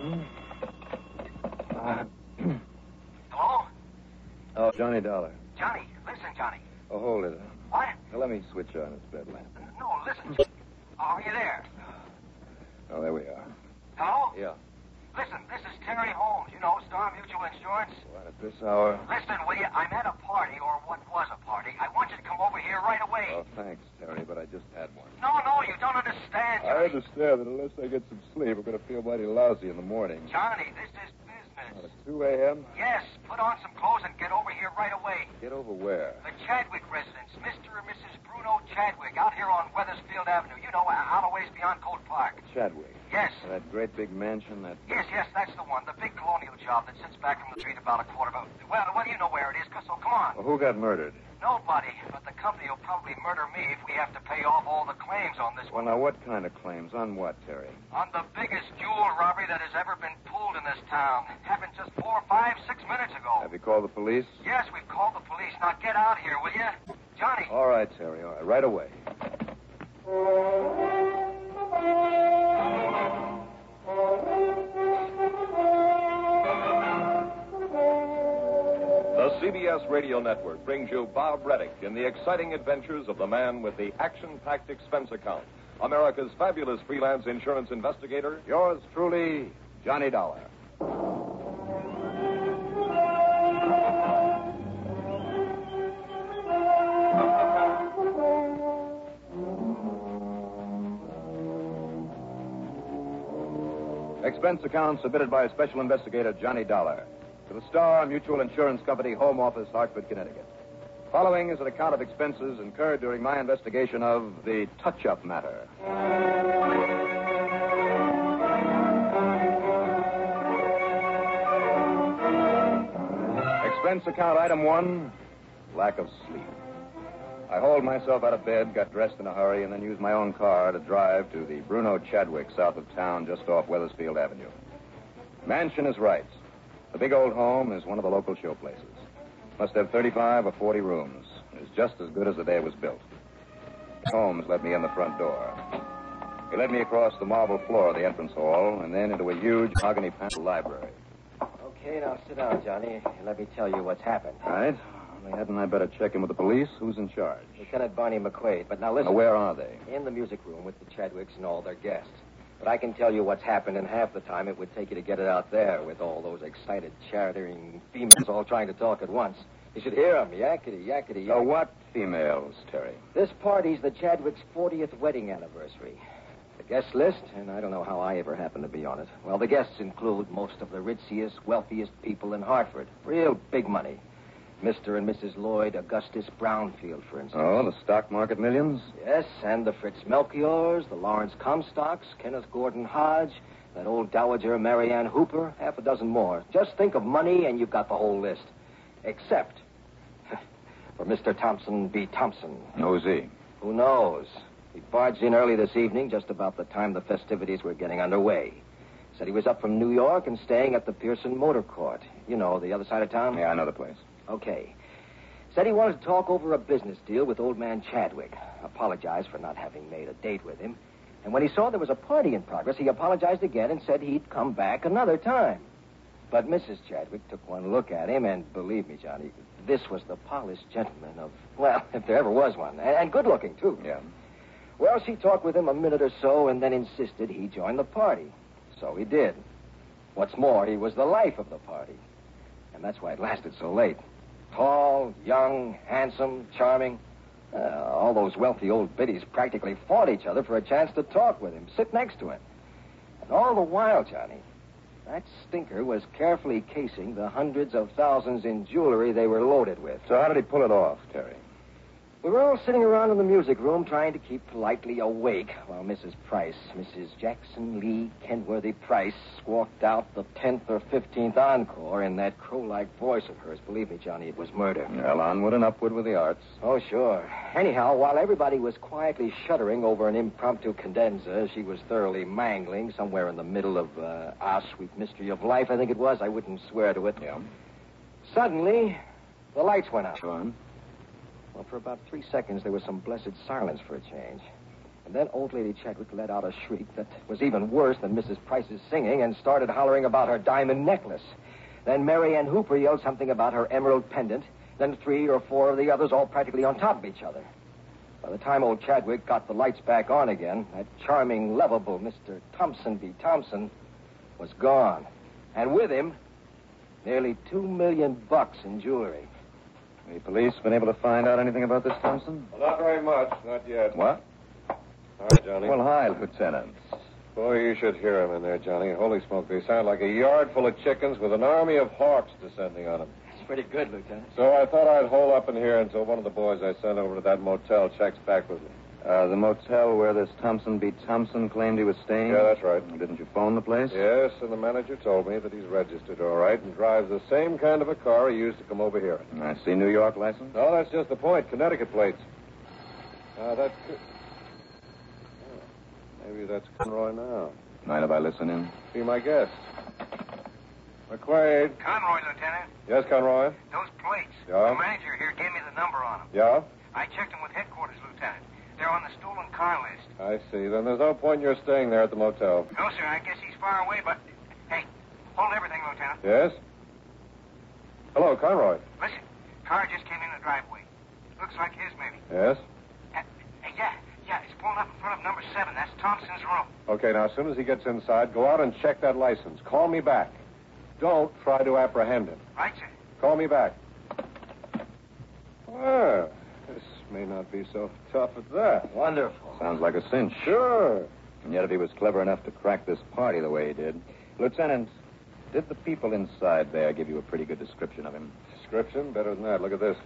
Hmm. Oh, Johnny Dollar. Johnny, listen, Johnny. Oh, hold it. What? Now, let me switch on this bed lamp. No, listen. Are you there? Oh, there we are. Hello? Yeah. Listen, this is Terry Holmes, you know, Star Mutual Insurance. What, at this hour? Listen, will you? I'm at a party, or what was a party. I want you to come over here right away. Oh, thanks, Terry, but I just had one. No, no, you don't understand. I Johnny. understand that unless I get some sleep, I'm going to feel mighty lousy in the morning. Johnny, this is Well, business. it's 2 a.m. Yes, put on some clothes and get over here right away. Get over where? The Chadwick residence, Mr. and Mrs. Bruno Chadwick, out here on Weathersfield Avenue. You know, out a ways beyond Colt Park. Chadwick. Yes. That great big mansion, that. Yes, yes, that's the one. The big colonial job that sits back from the street about a quarter of a... Well, well, you know where it is, so come on. Well, who got murdered? Nobody, but the company will probably murder me if we have to pay off all the claims on this Well, one. now, what kind of claims? On what, Terry? On the biggest jewel robbery that has ever been pulled in this town. Happened just four, five, six minutes ago. Have you called the police? Yes, we've called the police. Now get out here, will you? Johnny. All right, Terry, all right. Right away. The CBS Radio Network brings you Bob Reddick in the exciting adventures of the man with the action packed expense account, America's fabulous freelance insurance investigator. Yours truly, Johnny Dollar. Expense account submitted by Special Investigator Johnny Dollar to the Star Mutual Insurance Company Home Office, Hartford, Connecticut. Following is an account of expenses incurred during my investigation of the touch up matter. Expense account item one lack of sleep. I hauled myself out of bed, got dressed in a hurry, and then used my own car to drive to the Bruno Chadwick south of town just off Weathersfield Avenue. Mansion is right. The big old home is one of the local show places. Must have 35 or 40 rooms. It's just as good as the day it was built. Holmes let me in the front door. He led me across the marble floor of the entrance hall and then into a huge mahogany panel library. Oh, Okay, now sit down, Johnny, and let me tell you what's happened. All right. Only hadn't I better check in with the police? Who's in charge? Lieutenant Barney McQuaid, but now Now, listen. where are they? In the music room with the Chadwicks and all their guests. But I can tell you what's happened, and half the time it would take you to get it out there with all those excited, chattering females all trying to talk at once. You should hear 'em yakety, yakety, yakety. So what females, Terry? This party's the Chadwicks' 40th wedding anniversary. The guest list, and I don't know how I ever happened to be on it. Well, the guests include most of the richest, wealthiest people in Hartford. Real big money. Mr. and Mrs. Lloyd Augustus Brownfield, for instance. Oh, the stock market millions? Yes, and the Fritz Melchiors, the Lawrence Comstocks, Kenneth Gordon Hodge, that old dowager Marianne Hooper, half a dozen more. Just think of money and you've got the whole list. Except for Mr. Thompson B. Thompson. Who's he? Who knows? He barged in early this evening, just about the time the festivities were getting underway. Said he was up from New York and staying at the Pearson Motor Court. You know, the other side of town? Yeah, I know the place. Okay. Said he wanted to talk over a business deal with old man Chadwick. Apologized for not having made a date with him. And when he saw there was a party in progress, he apologized again and said he'd come back another time. But Mrs. Chadwick took one look at him, and believe me, Johnny, this was the polished gentleman of, well, if there ever was one, and, and good looking, too. Yeah. Well, she talked with him a minute or so and then insisted he join the party. So he did. What's more, he was the life of the party. And that's why it lasted so late. Tall, young, handsome, charming. Uh, all those wealthy old biddies practically fought each other for a chance to talk with him, sit next to him. And all the while, Johnny, that stinker was carefully casing the hundreds of thousands in jewelry they were loaded with. So how did he pull it off, Terry? We were all sitting around in the music room trying to keep politely awake while Mrs. Price, Mrs. Jackson Lee Kenworthy Price, squawked out the 10th or 15th encore in that crow like voice of hers. Believe me, Johnny, it was murder. Well, onward and upward with the arts. Oh, sure. Anyhow, while everybody was quietly shuddering over an impromptu cadenza, she was thoroughly mangling somewhere in the middle of uh, Our Sweet Mystery of Life, I think it was. I wouldn't swear to it. Yeah. Suddenly, the lights went out. Go on. Well, for about three seconds, there was some blessed silence for a change. And then old lady Chadwick let out a shriek that was even worse than Mrs. Price's singing and started hollering about her diamond necklace. Then Mary Ann Hooper yelled something about her emerald pendant, then three or four of the others, all practically on top of each other. By the time old Chadwick got the lights back on again, that charming, lovable Mr. Thompson B. Thompson was gone. And with him, nearly two million bucks in jewelry. The police been able to find out anything about this Thompson? Well, not very much, not yet. What? All right, Johnny. Well, hi, Lieutenant. Boy, you should hear 'em in there, Johnny. Holy smoke, they sound like a yard full of chickens with an army of hawks descending on 'em. It's pretty good, Lieutenant. So I thought I'd hole up in here until one of the boys I sent over to that motel checks back with me. Uh, the motel where this Thompson B. Thompson claimed he was staying? Yeah, that's right. Didn't you phone the place? Yes, and the manager told me that he's registered all right and drives the same kind of a car he used to come over here. I see New York license. No, that's just the point. Connecticut plates. Uh, that could... Yeah. Ah, Maybe that's Conroy now. Mind if I listen in? Be my guest. McQuaid. Conroy, Lieutenant. Yes, Conroy? Those plates. Yeah? The manager here gave me the number on them. Yeah? I checked them with headquarters, Lieutenant. They're on the stolen car list. I see. Then there's no point in your staying there at the motel. No, sir. I guess he's far away, but hey, hold everything, Lieutenant. Yes? Hello, Conroy. Listen, car just came in the driveway. Looks like his, maybe. Yes? Uh, yeah, yeah. It's pulling up in front of number seven. That's Thompson's room. Okay, now, as soon as he gets inside, go out and check that license. Call me back. Don't try to apprehend him. Right, sir. Call me back. Well, this may not be so tough at that. Wonderful. Sounds like a cinch. Sure. And yet, if he was clever enough to crack this party the way he did, Lieutenant, did the people inside there give you a pretty good description of him? Description better than that. Look at this.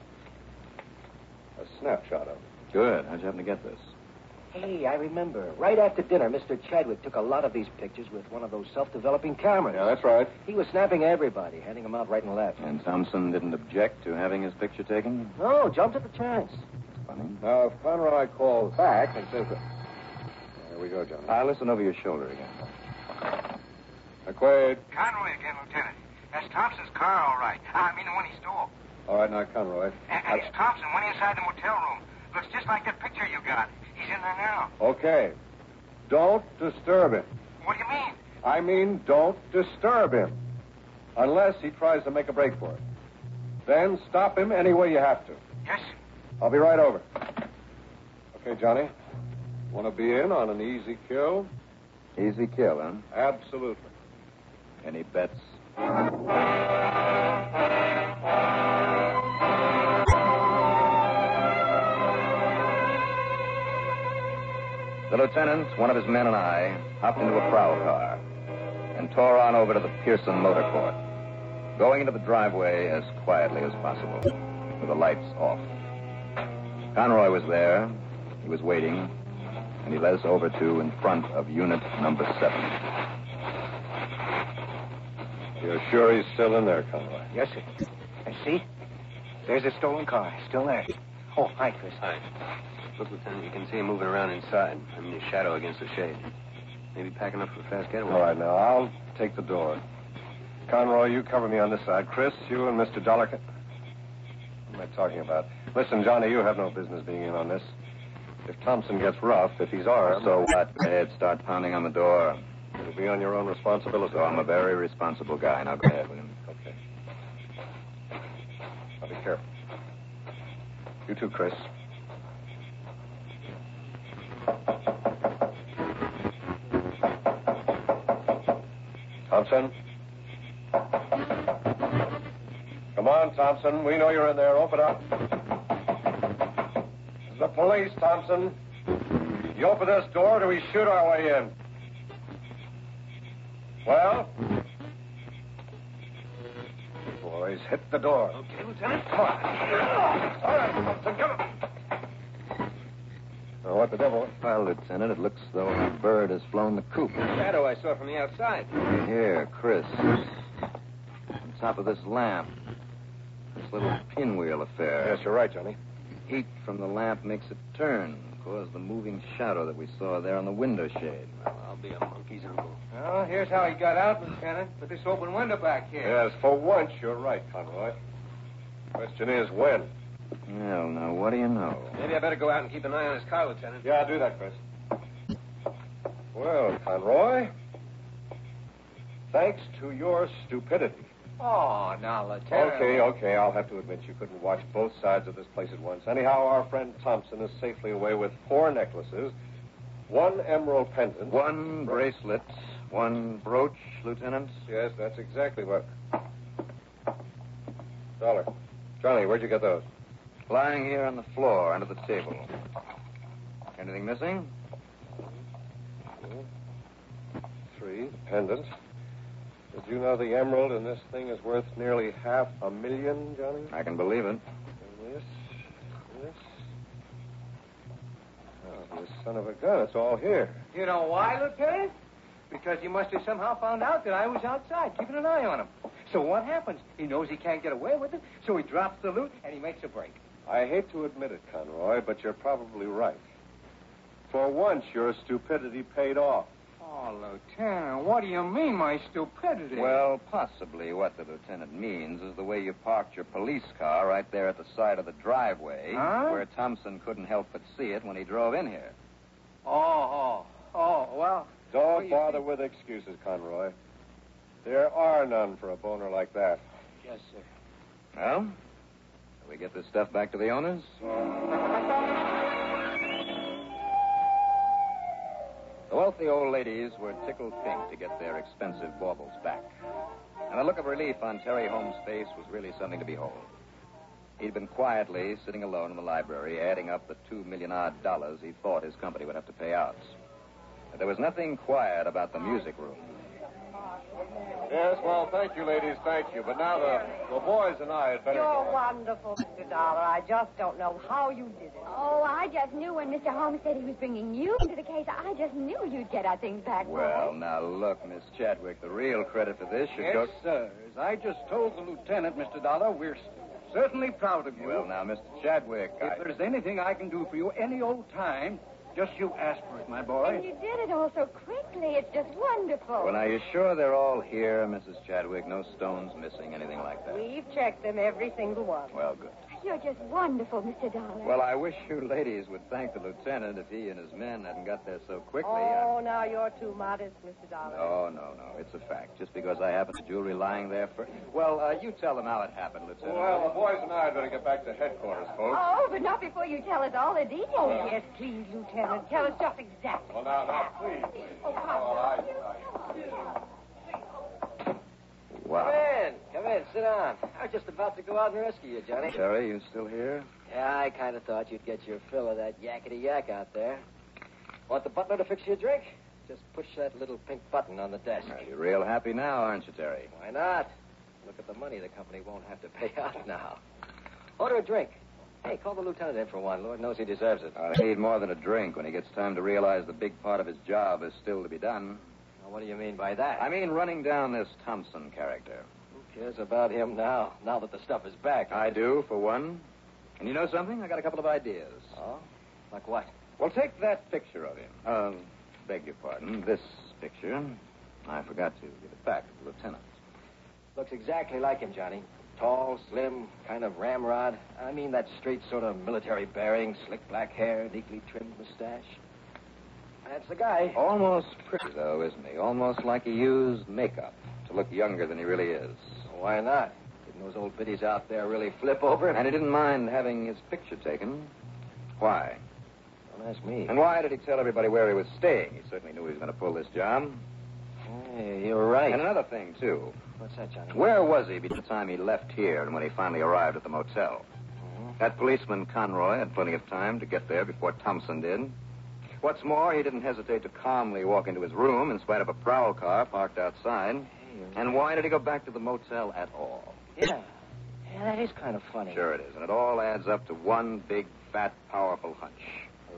A snapshot of him. Good. How'd you happen to get this? Hey, I remember. Right after dinner, Mr. Chadwick took a lot of these pictures with one of those self-developing cameras. Yeah, that's right. He was snapping everybody, handing them out right and left. And Thompson didn't object to having his picture taken. No, jumped at Oh, the chance. Funny. Now, if Conroy calls back and says that. There we go, Johnny. I listen over your shoulder again. McQuaid. Conroy again, Lieutenant. That's Thompson's car, all right. I mean, the one he stole. All right, now, Conroy. And, Uh, and it's Thompson went inside the motel room. Looks just like that picture you got. He's in there now. Okay. Don't disturb him. What do you mean? I mean, don't disturb him. Unless he tries to make a break for it. Then stop him any way you have to. Yes, sir. I'll be right over. Okay, Johnny. Want to be in on an easy kill? Easy kill, huh? Absolutely. Any bets? The lieutenant, one of his men, and I hopped into a prowl car and tore on over to the Pearson Motor Court, going into the driveway as quietly as possible, with the lights off. Conroy was there. He was waiting, and he led us over to in front of unit number seven. You're sure he's still in there, Conroy? Yes, sir. And see? There's a stolen car. Still there. Oh, hi, Chris. Hi. Look, Lieutenant, you can see him moving around inside. I mean, his shadow against the shade. Maybe packing up for a fast getaway. All right, now, I'll take the door. Conroy, you cover me on this side. Chris, you and Mr. Dollarkin. What am I talking about? Listen, Johnny, you have no business being in on this. If Thompson gets rough, if he's armed, So what? Go ahead, start pounding on the door. it'll be on your own responsibility. So I'm a very responsible guy. Now go ahead with him. Okay. I'll be careful. You too, Chris. Thompson? Come on, Thompson. We know you're in there. Open up. It's The police, Thompson. You open this door or we shoot our way in. Well? Boys, hit the door. Okay, Lieutenant. Come on. All right, Thompson, come on. Now, what the devil? Well, Lieutenant, it looks though a bird has flown the coop. Shadow I saw from the outside. Here, Chris. On top of this lamp. This little pinwheel affair. Yes, you're right, Johnny. Heat from the lamp makes it turn, cause the moving shadow that we saw there on the window shade. Well, I'll be a monkey's uncle. Well, here's how he got out, Lieutenant, with this open window back here. Yes, for once, you're right, Conroy. Question is, when? Well, now, what do you know? Maybe I better go out and keep an eye on his car, Lieutenant. Yeah, do that, Chris. Well, Conroy, thanks to your stupidity, Oh, now, Lieutenant. Okay, okay. I'll have to admit you couldn't watch both sides of this place at once. Anyhow, our friend Thompson is safely away with four necklaces, one emerald pendant. One bracelet, one brooch, Lieutenant. Yes, that's exactly what. Dollar. Johnny, where'd you get those? Lying here on the floor under the table. Anything missing? Three. Pendant. Did you know the emerald in this thing is worth nearly half a million, Johnny? I can believe it. And this. This. Oh, this son of a gun. It's all here. You know why, Lieutenant? Because he must have somehow found out that I was outside, keeping an eye on him. So what happens? He knows he can't get away with it, so he drops the loot and he makes a break. I hate to admit it, Conroy, but you're probably right. For once, your stupidity paid off. Oh, Lieutenant, what do you mean, my stupidity? Well, possibly what the lieutenant means is the way you parked your police car right there at the side of the driveway, Huh? where Thompson couldn't help but see it when he drove in here. Oh, oh, oh, well. What do Don't you bother think? with excuses, Conroy. There are none for a boner like that. Yes, sir. Well, shall we get this stuff back to the owners? The wealthy old ladies were tickled pink to get their expensive baubles back. And the look of relief on Terry Holmes' face was really something to behold. He'd been quietly sitting alone in the library, adding up the two million odd dollars he thought his company would have to pay out. But there was nothing quiet about the music room. Yes, well, thank you, ladies, thank you. But now the, the boys and I had better You're go. wonderful, Mr. Dollar. I just don't know how you did it. Oh, I just knew when Mr. Holmes said he was bringing you into the case, I just knew you'd get our things back. boy. Well, now look, Miss Chadwick, the real credit for this should go. sirs. I just told the lieutenant, Mr. Dollar, we're certainly proud of Well, now, Mr. Chadwick, I... there's anything I can do for you any old time, just you ask for it, my boy. And you did it all so quickly. It's just wonderful. Well, now, you sure they're all here, Mrs. Chadwick? No stones missing, anything like that? We've checked them, every single one. Well, good. You're just wonderful, Mr. Dollar. Well, I wish you ladies would thank the lieutenant if he and his men hadn't got there so quickly. Oh, now you're too modest, Mr. I'm- Dollar. uh, No, no, no. It's a fact. Just because I happened to jewelry lying there for. Well, uh, you tell them how it happened, Lieutenant. Well, the boys and I had better get back to headquarters, folks. Oh, but not before you tell us all the details. Oh, yes, please, Lieutenant. Tell us just exactly. Well, now, now, please. Oh, All Pop. right, all right. Wow. in. Come in. Sit down. I was just about to go out and rescue you, Johnny. Terry, you still here? Yeah, I kind of thought you'd get your fill of that yakety yak out there. Want the butler to fix you a drink? Just push that little pink button on the desk. Well, you're real happy now, aren't you, Terry? Why not? Look at the money the company won't have to pay out now. Order a drink. Hey, call the lieutenant in for one. Lord knows he deserves it. Uh, he'd need more than a drink when he gets time to realize the big part of his job is still to be done. Now, what do you mean by that? I mean, running down this Thompson character. Who cares about him now? Now that the stuff is back. I do, for one. And you know something? I got a couple of ideas. Oh? Like what? Well, take that picture of him. Um, beg your pardon. This picture. I forgot to give it back to the lieutenant. Looks exactly like him, Johnny. Tall, slim, kind of ramrod. I mean that straight sort of military bearing, slick black hair, neatly trimmed mustache. That's the guy. Almost pretty, though, isn't he? Almost like he used makeup to look younger than he really is. Why not? Didn't those old biddies out there really flip over him? And he didn't mind having his picture taken. Why? Don't ask me. And why did he tell everybody where he was staying? He certainly knew he was going to pull this job. Hey, you're right. And another thing, too. What's that, Johnny? Where was he between the time he left here and when he finally arrived at the motel? Mm-hmm. That policeman Conroy had plenty of time to get there before Thompson did. What's more, he didn't hesitate to calmly walk into his room in spite of a prowl car parked outside. And why did he go back to the motel at all? Yeah. Yeah, that is kind of funny. Sure it is, and it all adds up to one big, fat, powerful hunch.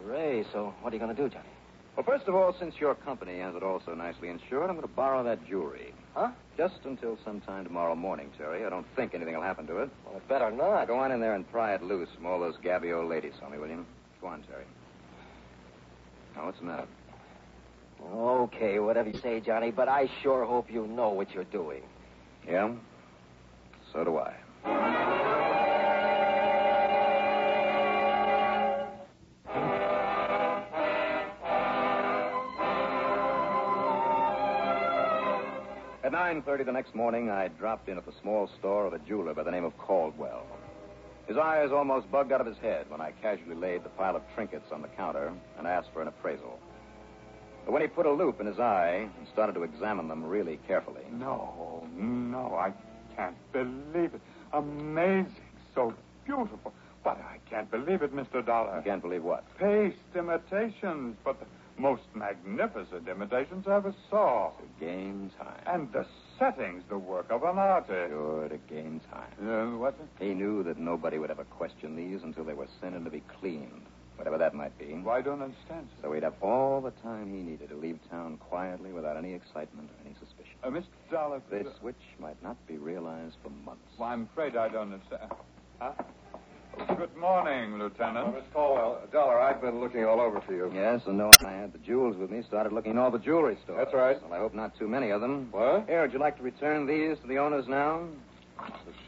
Hooray. So what are you going to do, Johnny? Well, first of all, since your company has it all so nicely insured, I'm going to borrow that jewelry. Huh? Just until sometime tomorrow morning, Terry. I don't think anything will happen to it. Well, it better not. Go on in there and pry it loose from all those gabby old ladies, Tommy, will you? Go on, Terry. Now, what's the matter? Okay, whatever you say, Johnny, but I sure hope you know what you're doing. Yeah? So do I. At 9.30 the next morning, I dropped in at the small store of a jeweler by the name of Caldwell. His eyes almost bugged out of his head when I casually laid the pile of trinkets on the counter and asked for an appraisal. But when he put a loop in his eye and started to examine them really carefully, No, no, I can't believe it. Amazing, so beautiful. But I can't believe it, Mr. Dollar. I can't believe what? Paste imitations, but the most magnificent imitations I ever saw. Game time. And the settings, the work of an artist. Sure, to gain time. Uh, what's it? He knew that nobody would ever question these until they were sent in to be cleaned, whatever that might be. Well, I don't understand, sir. So he'd have all the time he needed to leave town quietly without any excitement or any suspicion. Uh, Mr. Dollar, This switch might not be realized for months. Well, I'm afraid I don't understand. Huh? Good morning, Well, Lieutenant. Miss Caldwell, Dollar, I've been looking all over for you. Yes, and knowing I had the jewels with me, started looking in all the jewelry stores. That's right. Well, I hope not too many of them. What? Here, would you like to return these to the owners now?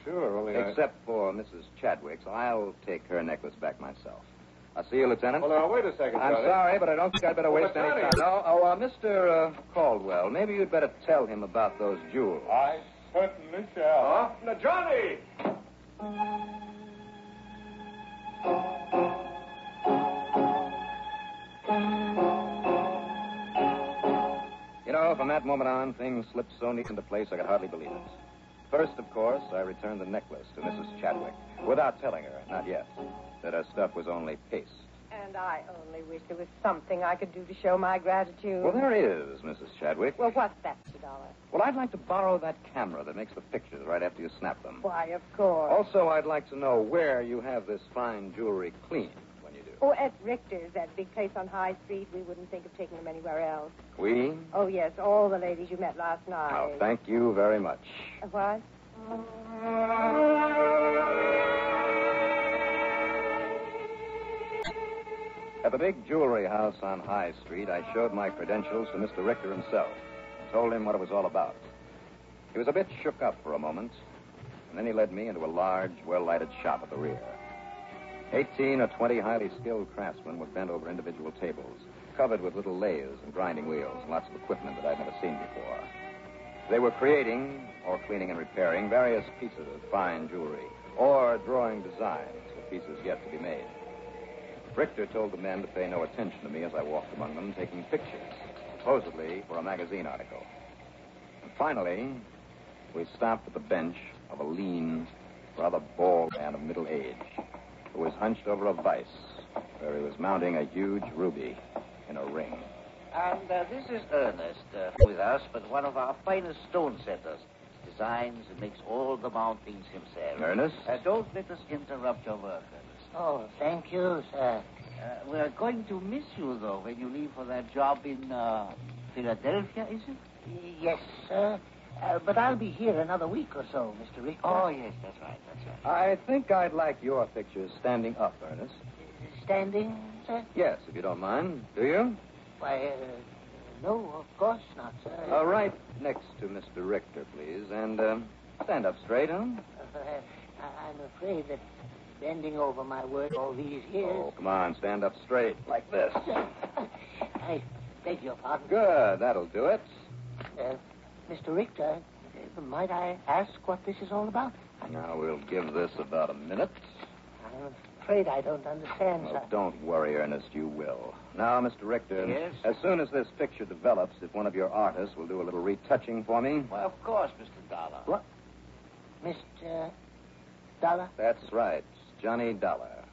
Sure, only I... Except for Mrs. Chadwick's. I'll take her necklace back myself. I'll see you, Lieutenant. Well, now, wait a second, I'm Johnny. sorry, but I don't think I'd better Well, waste but any time. Johnny- No, oh, uh, Mr. Uh, Caldwell, maybe you'd better tell him about those jewels. I certainly Huh? shall. Now, Johnny! You know, from that moment on, things slipped so neat into place I could hardly believe it. First, of course, I returned the necklace to Mrs. Chadwick without telling her, not yet, that her stuff was only paste. And I only wish there was something I could do to show my gratitude. Well, there is, Mrs. Chadwick. Well, what's that, Mr. Dollar? Well, I'd like to borrow that camera that makes the pictures right after you snap them. Why, of course. Also, I'd like to know where you have this fine jewelry cleaned when you do. Oh, at Richter's, that big place on High Street, we wouldn't think of taking them anywhere else. We? Oh, yes, all the ladies you met last night. Oh, thank you very much. What? At the big jewelry house on High Street, I showed my credentials to Mr. Richter himself and told him what it was all about. He was a bit shook up for a moment, and then he led me into a large, well lighted shop at the rear. Eighteen or twenty highly skilled craftsmen were bent over individual tables, covered with little lathes and grinding wheels and lots of equipment that I'd never seen before. They were creating, or cleaning and repairing, various pieces of fine jewelry, or drawing designs for pieces yet to be made. Richter told the men to pay no attention to me as I walked among them, taking pictures, supposedly for a magazine article. And finally, we stopped at the bench of a lean, rather bald man of middle age who was hunched over a vise where he was mounting a huge ruby in a ring. And uh, this is Ernest uh, with us, but one of our finest stone setters. Designs and makes all the mountings himself. Ernest? Uh, don't let us interrupt your work, Ernest. Oh, thank you, sir. Uh, we're going to miss you, though, when you leave for that job in uh, Philadelphia, is it? Y- Yes, sir. Uh, but I'll be here another week or so, Mr. Richter. Oh, yes, that's right, that's right. I think I'd like your pictures standing up, Ernest. Standing, sir? Yes, if you don't mind. Do you? Why, uh, no, of course not, sir. Uh, right next to Mr. Richter, please. And um, stand up straight, huh? Uh, I- I'm afraid that bending over my work all these years. Oh, come on, stand up straight, like this. Sir, I beg your pardon. Good, that'll do it. Uh, Mr. Richter, uh, might I ask what this is all about? Now we'll give this about a minute. I'm afraid I don't understand, Oh, sir. don't worry, Ernest, you will. Now, Mr. Richter, Yes? as soon as this picture develops, if one of your artists will do a little retouching for me. Why, of course, Mr. Dollar. What? Oh. Mr. Dollar, That's right, Johnny Dollar.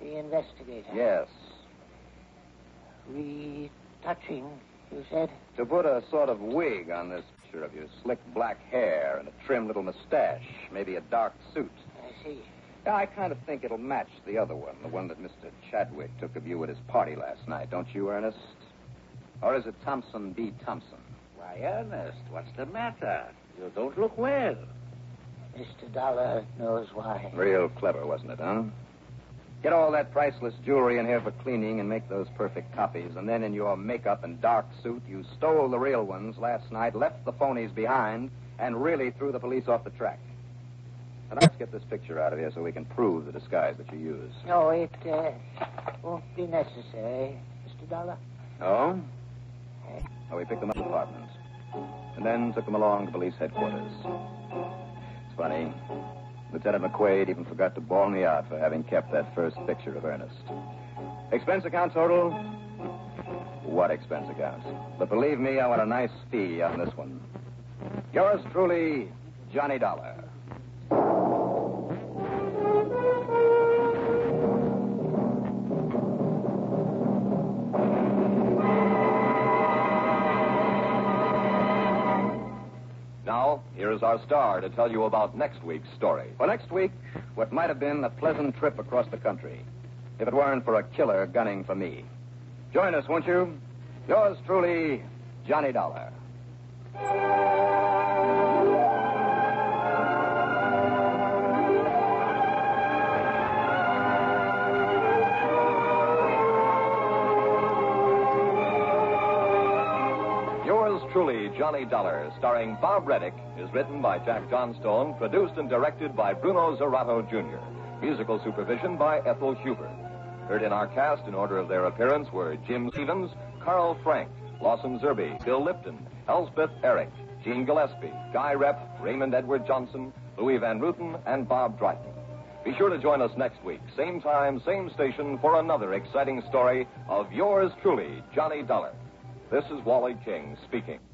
the investigator. Yes. Retouching, you said? To put a sort of wig on this picture of your slick black hair and a trim little mustache, maybe a dark suit. I see. Now, I kind of think it'll match the other one, the one that Mr. Chadwick took of you at his party last night, don't you, Ernest? Or is it Thompson B. Thompson? Why, Ernest, what's the matter? You don't look well. Mr. Dollar knows why. Real clever, wasn't it, huh? Get all that priceless jewelry in here for cleaning and make those perfect copies, and then in your makeup and dark suit, you stole the real ones last night, left the phonies behind, and really threw the police off the track. Now, let's get this picture out of here so we can prove the disguise that you used. No, it uh, won't be necessary, Mr. Dollar. Oh? Oh, we picked them up in the apartment. and then took them along to police headquarters. It's funny. Lieutenant McQuade even forgot to bawl me out for having kept that first picture of Ernest. Expense account total? What expense account? But believe me, I want a nice fee on this one. Yours truly, Johnny Dollar. Now, here is our star to tell you about next week's story. For next week, what might have been a pleasant trip across the country, if it weren't for a killer gunning for me. Join us, won't you? Yours truly, Johnny Dollar. Yours truly, Johnny Dollar, starring Bob Reddick, is written by Jack Johnstone, produced and directed by Bruno Zerato Jr., musical supervision by Ethel Huber. Heard in our cast in order of their appearance were Jim Stevens, Carl Frank, Lawson Zerbe, Bill Lipton, Elspeth Eric, Gene Gillespie, Guy Rep, Raymond Edward Johnson, Louis Van Ruten, and Bob Dryton. Be sure to join us next week, same time, same station, for another exciting story of yours truly, Johnny Dollar. This is Wally King speaking.